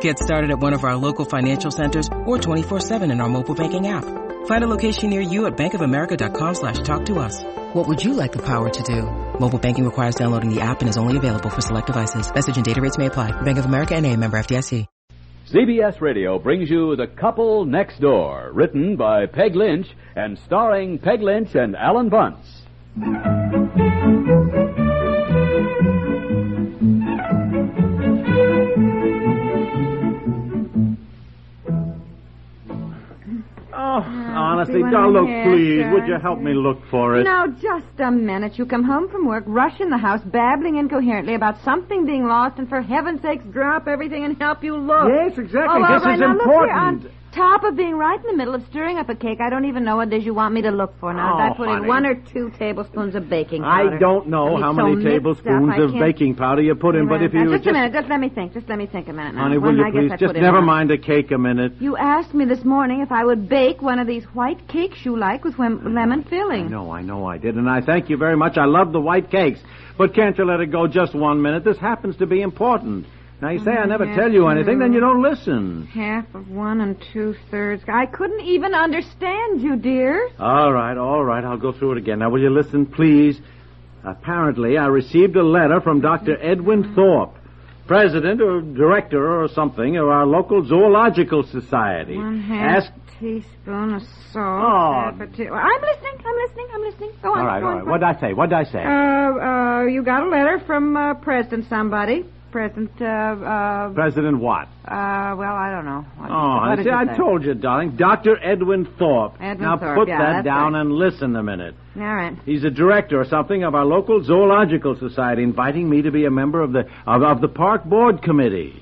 Get started at one of our local financial centers or 24-7 in our mobile banking app. Find a location near you at bankofamerica.com slash talk to us. What would you like the power to do? Mobile banking requires downloading the app and is only available for select devices. Message and data rates may apply. Bank of America and a member FDIC. CBS Radio brings you The Couple Next Door, written by Peg Lynch and starring Peg Lynch and Alan Bunce. Oh, Ah, honestly, see what now I look, had, please, sir. would you help me look for it? Now, just a minute. You come home from work, rush in the house, babbling incoherently about something being lost, and for heaven's sakes, drop everything and help you look. Yes, exactly. Oh, all This right, is now, Look here, important. on top of being right in the middle of stirring up a cake, I don't even know what it is you want me to look for now. Oh, Did I put honey. in one or two tablespoons of baking powder. I don't know It's how so many mixed up, tablespoons I of can't- baking powder you put in, but if Now, you just, a minute, just let me think. Just let me think a minute. Now. honey, will One, you I guess please I just put in never one. mind the cake a minute? You asked me this morning if I would bake one of these white cakes you like with wem- lemon filling. No, I know I did, and I thank you very much. I love the white cakes, but can't you let it go just one minute? This happens to be important. Now you say Oh, I never tell you anything, then you don't listen. Half of one and two thirds. I couldn't even understand you, dear. All right, all right, I'll go through it again. Now will you listen, please? Apparently, I received a letter from Dr. Edwin Thorpe, president or director or something of our local zoological society. One half Ask teaspoon of salt. Oh. half a tea- I'm listening. I'm listening. I'm listening. Go on. All right, go all on, right. go What on. did I say? What did I say? Uh, uh, you got a letter from uh, President somebody. President, uh, uh, President Watt. uh, well, I don't know. What, Oh, what I, did see, you I say? told you, darling. Dr. Edwin Thorpe. Edwin now Thorpe, put yeah, that that's down right. and listen a minute. All right. He's a director or something of our local zoological society, inviting me to be a member of the of, of the park board committee.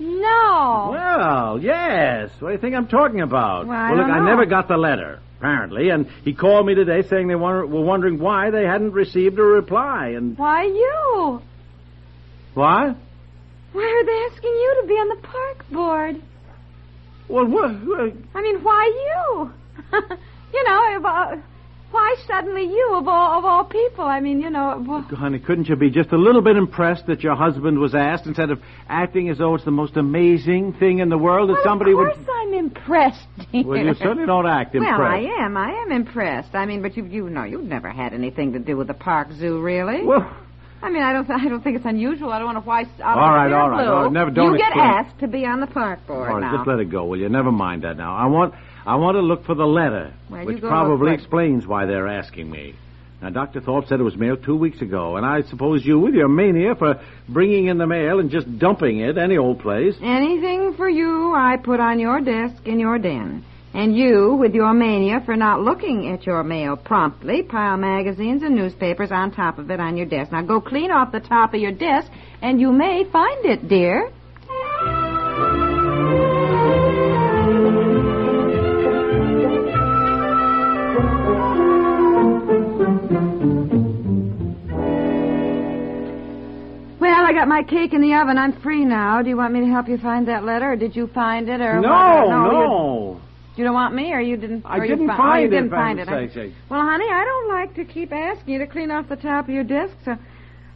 No. Well, yes. What do you think I'm talking about? Well, I look, don't I know. never got the letter, apparently, and he called me today saying they wonder, were wondering why they hadn't received a reply. And Why you? what? Why are they asking you to be on the park board? Well, what? what I mean, why you? you know, if, uh, why suddenly you of all of all people? I mean, you know, well, Honey, couldn't you be just a little bit impressed that your husband was asked instead of acting as though it's the most amazing thing in the world that well, somebody of would. course I'm impressed. Dear. Well, you certainly don't act impressed. Well, I am. I am impressed. I mean, but you you know you've never had anything to do with the park zoo, really. Well, I mean, I don't th- I don't think it's unusual. I don't know why. Out All of right, clear all right, blue, all right. Never- don't You get explain. asked to be on the park board all right, now. just let it go, will you? Never mind that now. I want, I want to look for the letter, Well, you which go look probably for it. explains why they're asking me. Now, Dr. Thorpe said it was mailed two weeks ago, and I suppose you, with your mania for bringing in the mail and just dumping it any old place. Anything for you, I put on your desk in your den. And you, with your mania for not looking at your mail promptly, pile magazines and newspapers on top of it on your desk. Now go clean off the top of your desk, and you may find it, dear. Well, I got my cake in the oven. I'm free now. Do you want me to help you find that letter, or did you find it, or No, what? no. You, you don't want me, or you didn't? I or you didn't fi- oh, find you it, Didn't for find it. heaven's I- sakes. Well, honey, I don't like to keep asking you to clean off the top of your desk. So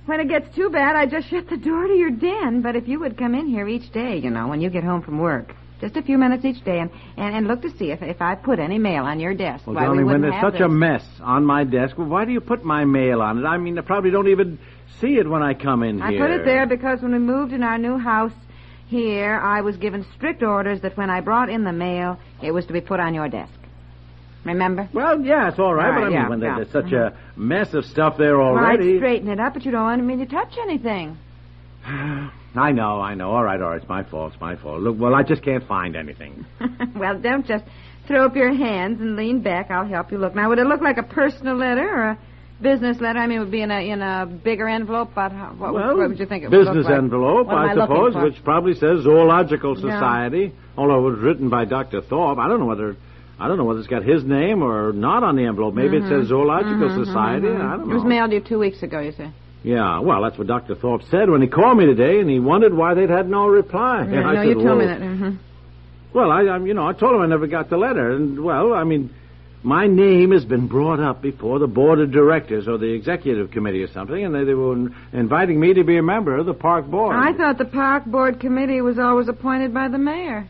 when it gets too bad, I just shut the door to your den. But if you would come in here each day, you know, when you get home from work. Just a few minutes each day and, and, and look to see if, if I put any mail on your desk. Well, Why, we darling, when wouldn't there's have such this. a mess on my desk, well, why do you put my mail on it? I mean, I probably don't even see it when I come in I here. put it there because when we moved in our new house here, I was given strict orders that when I brought in the mail, it was to be put on your desk. Remember? Well, yeah, it's all right, Right, but I mean, yeah, when yeah. Mm-hmm. there's such a mess of stuff there already. Well, I'd straighten it up, but you don't want me to touch anything. I know, I know. All right, all right. It's my fault. It's my fault. Look, well, I just can't find anything. well, don't just throw up your hands and lean back. I'll help you look. Now, would it look like a personal letter or a business letter? I mean, would it be in a in a bigger envelope. But how, what, would- well, what would you think it would business look like? envelope, What am I I looking suppose, for? which probably says Zoological Society. Although it was written by Doctor Thorpe, I don't know whether I don't know whether it's got his name or not on the envelope. Maybe it says Zoological Society. I don't Mm-hmm. It was know. mailed you two weeks ago. You said. Yeah, well, that's what Doctor Thorpe said when he called me today, and he wondered why they'd had no reply. Yeah, I no, said, you told me "Well, that. hmm Well, I, I, you know, I told him I never got the letter, and well, I mean, my name has been brought up before the board of directors or the executive committee or something, and they, they were in- inviting me to be a member of the park board. I thought the park board committee was always appointed by the mayor.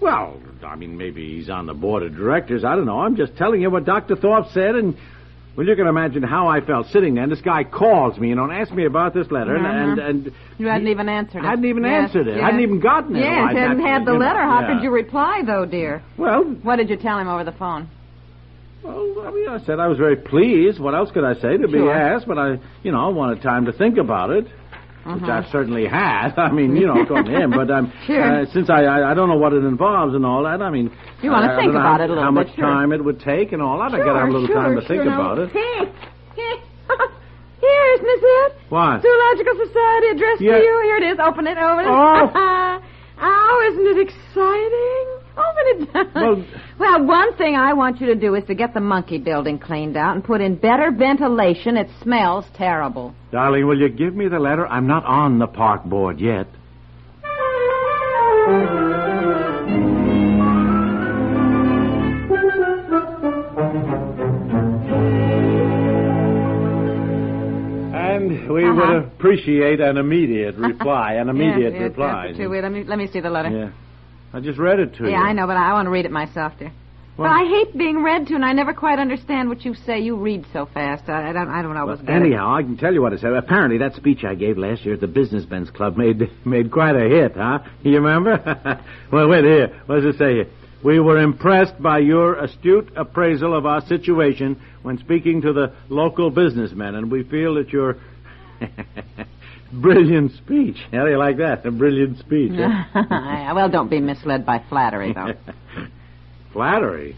Well, I mean, maybe he's on the board of directors. I don't know. I'm just telling you what Doctor Thorpe said, and well, you can imagine how I felt sitting there. And this guy calls me, you know, and asks me about this letter, and Uh-huh. and. and You hadn't even answered it. I hadn't even Yes, answered it. I yes. hadn't even gotten it. Yes, Why, hadn't that- had the you know, letter. How yeah. could you reply, though, dear? Well, What did you tell him over the phone? Well, I mean, I said I was very pleased. What else could I say to be Sure. asked? But I, you know, wanted time to think about it, which I certainly had. I mean, you know, according to him. But um, Mm-hmm. Sure. uh, since I, I, I don't know what it involves and all that. I mean, You wanna I- I think don't know about how, it a little how bit, much sure. time it would take and all that. I sure, got a little sure, time to sure, think now, about it. Hey, hey. Here's Miss It. What? Zoological Society address Yeah. to you. Here it is. Open it. Open it. Oh. oh, isn't it exciting? Open it. Well- well, one thing I want you to do is to get the monkey building cleaned out and put in better ventilation. It smells terrible. Darling, will you give me the letter? I'm not on the park board yet. And we Uh-huh. would appreciate an immediate reply. An immediate yes, yes, reply. that's it. Wait, let me let me see the letter. Yeah. I just read it to you. Yeah, I know, but I want to read it myself, dear. But I hate being read to, and I never quite understand what you say. You read so fast. I, I don't. I don't always. Well, get it. anyhow, I can tell you what it said. Apparently, that speech I gave last year at the Business Men's Club made made quite a hit, huh? You remember? well, wait here. What does it say here? We were impressed by your astute appraisal of our situation when speaking to the local businessmen, and we feel that your brilliant speech. How do you like that? A brilliant speech. huh? Yeah, well, don't be misled by flattery, though. Flattery.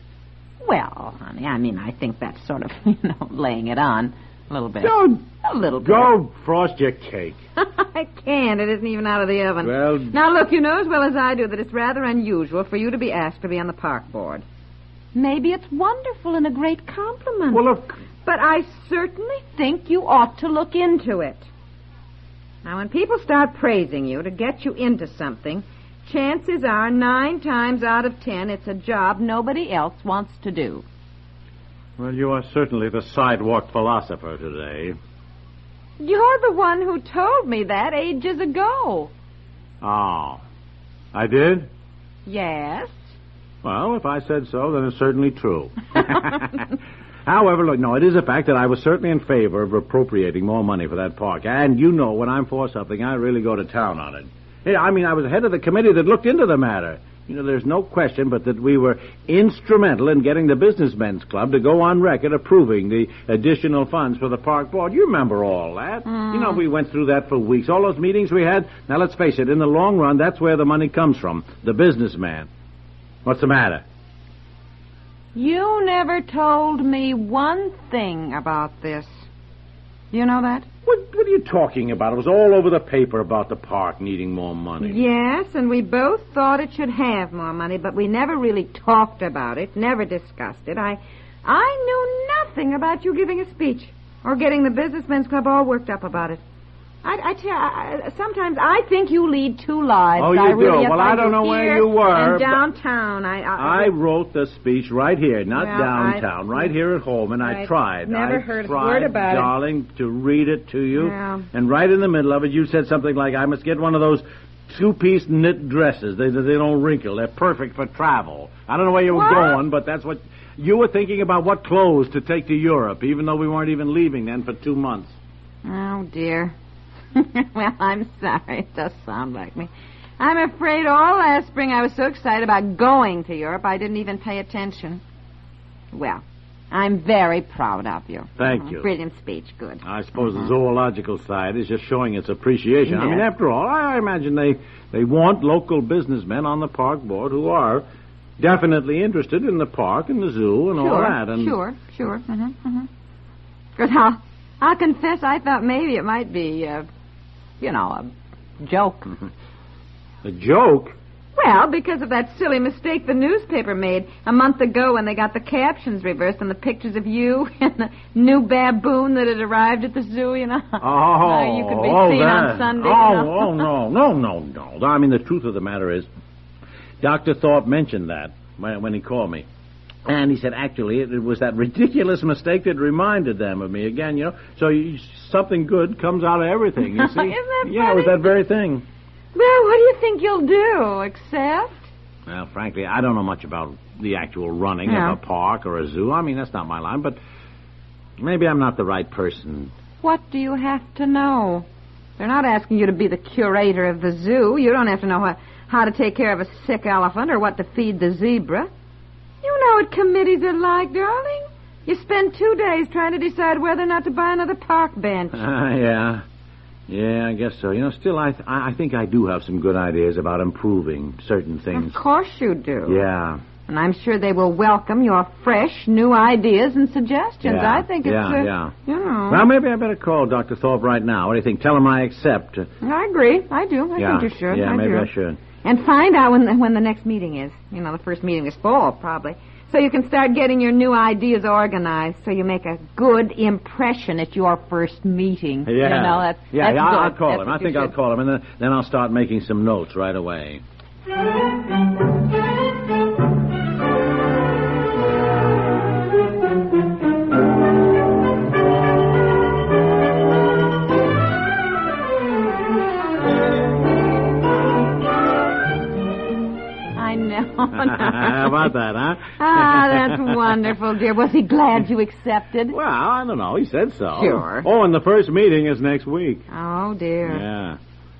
well, honey, I mean, I think that's sort of, you know, laying it on a little bit. Don't a little bit. go frost your cake. I can't. It isn't even out of the oven. Well- now look, you know as well as I do that it's rather unusual for you to be asked to be on the park board. Maybe it's wonderful and a great compliment. Well, of But I certainly think you ought to look into it. Now, when people start praising you to get you into something, chances are nine times out of ten it's a job nobody else wants to do. Well, you are certainly the sidewalk philosopher today. You're the one who told me that ages ago. Oh. I did? Yes. Well, if I said so, then it's certainly true. However, look, no, it is a fact that I was certainly in favor of appropriating more money for that park. And you know, when I'm for something, I really go to town on it. Yeah, I mean, I was head of the committee that looked into the matter. You know, there's no question but that we were instrumental in getting the Businessmen's Club to go on record approving the additional funds for the park board. You remember all that. You know, we went through that for weeks. All those meetings we had. Now, let's face it, in the long run, that's where the money comes from the businessman. What's the matter? You never told me one thing about this. You know that? What, what are you talking about? It was all over the paper about the park needing more money. Yes, and we both thought it should have more money, but we never really talked about it, never discussed it. I I knew nothing about you giving a speech or getting the businessmen's club all worked up about it. I, I tell I, sometimes I think you lead two lives. Oh, you I really do. Well, find I don't know here where you were, And but- downtown, I I, I wrote the speech right here, not Well, downtown, I- right here at home, and I, I tried. never I heard a tried, word about it. darling, to read it to you. Yeah. And right in the middle of it, you said something like, "I must get one of those two-piece knit dresses. They they they don't wrinkle. They're perfect for travel." I don't know where you were What? going, but that's what you were thinking about. What clothes to take to Europe, even though we weren't even leaving then for two months. Oh, dear. well, I'm sorry. It does sound like me. I'm afraid all last spring I was so excited about going to Europe I didn't even pay attention. Well, I'm very proud of you. Thank Mhm. you. Brilliant speech. Good. I suppose the zoological side is just showing its appreciation. I mean, Mm-hmm. Yeah. after all, I imagine they, they want local businessmen on the park board who are definitely interested in the park and the zoo and all sure, that. And sure, sure. Mm-hmm, mm-hmm. Because I'll, I'll confess, I thought maybe it might be, uh, you know, a joke. the joke, Well, because of that silly mistake the newspaper made a month ago when they got the captions reversed on the pictures of you and the new baboon that had arrived at the zoo, you know. Oh, you could be oh, seen that. on Sunday. Oh, you know. oh, no, no, no, no. I mean, the truth of the matter is, Dr. Thorpe mentioned that when, when he called me. And he said, actually, it, it was that ridiculous mistake that reminded them of me again, you know. So you, something good comes out of everything, you see. Isn't that yeah, it was funny? that very thing. Well, what do you think you'll do? Accept? Well, frankly, I don't know much about the actual running Yeah. of a park or a zoo. I mean, that's not my line, but maybe I'm not the right person. What do you have to know? They're not asking you to be the curator of the zoo. You don't have to know how, how to take care of a sick elephant or what to feed the zebra. You know what committees are like, darling. You spend two days trying to decide whether or not to buy another park bench. Ah, yeah. Yeah, I guess so. You know, still, I, th- I I think I do have some good ideas about improving certain Of things. course you do. Yeah. And I'm sure they will welcome your fresh, new ideas and suggestions. Yeah, I think it's, yeah, uh, yeah. you know. Well, maybe I better call Dr. Thorpe right now. What do you think? Tell him I accept. I agree. I do. I yeah. think you should. Yeah, maybe do. I should. And find out when the, when the next meeting is. You know, the first meeting is fall, probably. So you can start getting your new ideas organized so you make a good impression at your first meeting. Yeah. You know, that's, yeah, yeah, that's good. I'll- I'll call That's him. what I you think I'll should. call him, and then, then I'll start making some notes right away. I know. How about that, huh? ah, that's wonderful, dear. Was he glad you accepted? Well, I don't know. He said so. Sure. Oh, and the first meeting is next week. Oh, dear. Yeah.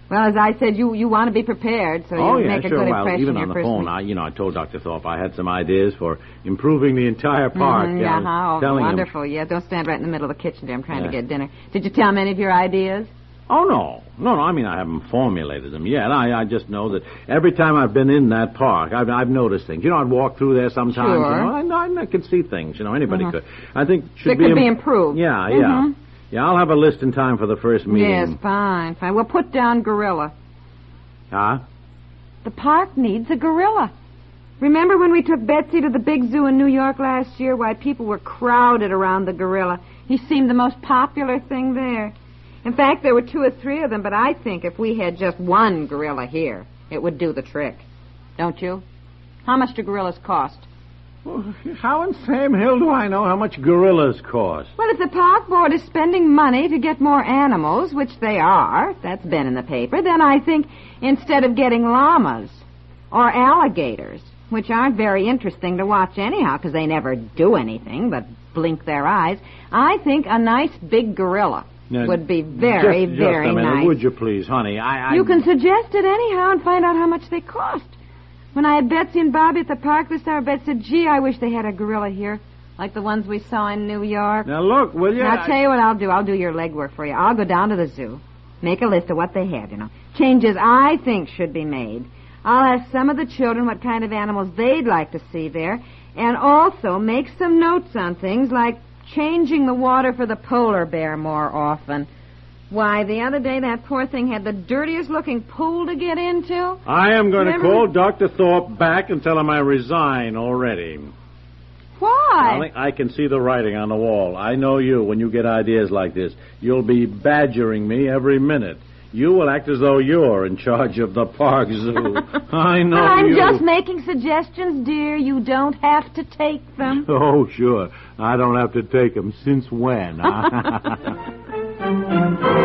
Well, as I said, you, you want to be prepared so oh, you yeah, make a sure. good well, impression even your on the first phone, meeting. I, you know, I told Dr. Thorpe I had some ideas for improving the entire park. Mhm, you know, yeah, how telling him- wonderful. Yeah, don't stand right in the middle of the kitchen, dear. I'm trying to Yeah. get dinner. Did you tell him any of your ideas? Oh, no. No, no, I mean, I haven't formulated them yet. I, I just know that every time I've been in that park, I've, I've noticed things. You know, I'd walk through there sometimes. Sure. You know, I, I, I could see things. You know, anybody could. I think it should That be... could be improved. Mm-hmm. Yeah, yeah. Yeah, I'll have a list in time for the first meeting. Yes, fine, fine. Well, put down gorilla. Huh? The park needs a gorilla. Remember when we took Betsy to the big zoo in New York last year? Why, people were crowded around the gorilla. He seemed the most popular thing there. In fact, there were two or three of them, but I think if we had just one gorilla here, it would do the trick. Don't you? How much do gorillas cost? Well, how in Sam Hill do I know how much gorillas cost? Well, if the park board is spending money to get more animals, which they are, that's been in the paper, then I think instead of getting llamas or alligators, which aren't very interesting to watch anyhow because they never do anything but blink their eyes, I think a nice big gorilla Now, would be very, just, just very a minute, nice. Would you please, honey? I, I You can suggest it anyhow and find out how much they cost. When I had Betsy and Bobby at the park this hour, Betsy said, gee, I wish they had a gorilla here, like the ones we saw in New York. Now look, will you? Now, I'll tell you what I'll do. I'll do your legwork for you. I'll go down to the zoo, make a list of what they have, you know, changes I think should be made. I'll ask some of the children what kind of animals they'd like to see there, and also make some notes on things like changing the water for the polar bear more often. Why, the other day that poor thing had the dirtiest looking pool to get into. I am going to Remember- call Dr. Thorpe back and tell him I resign already. Why? Darling, I can see the writing on the wall. I know you when you get ideas like this. You'll be badgering me every minute. You will act as though you're in charge of the park zoo. I know But I'm you. just making suggestions, dear. You don't have to take them. Oh, sure. I don't have to take them. Since when?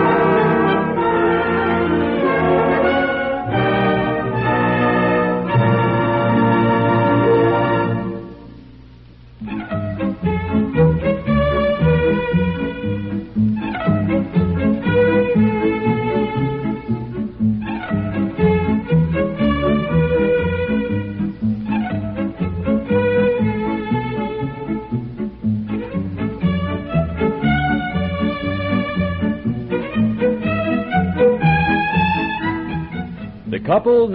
The Couple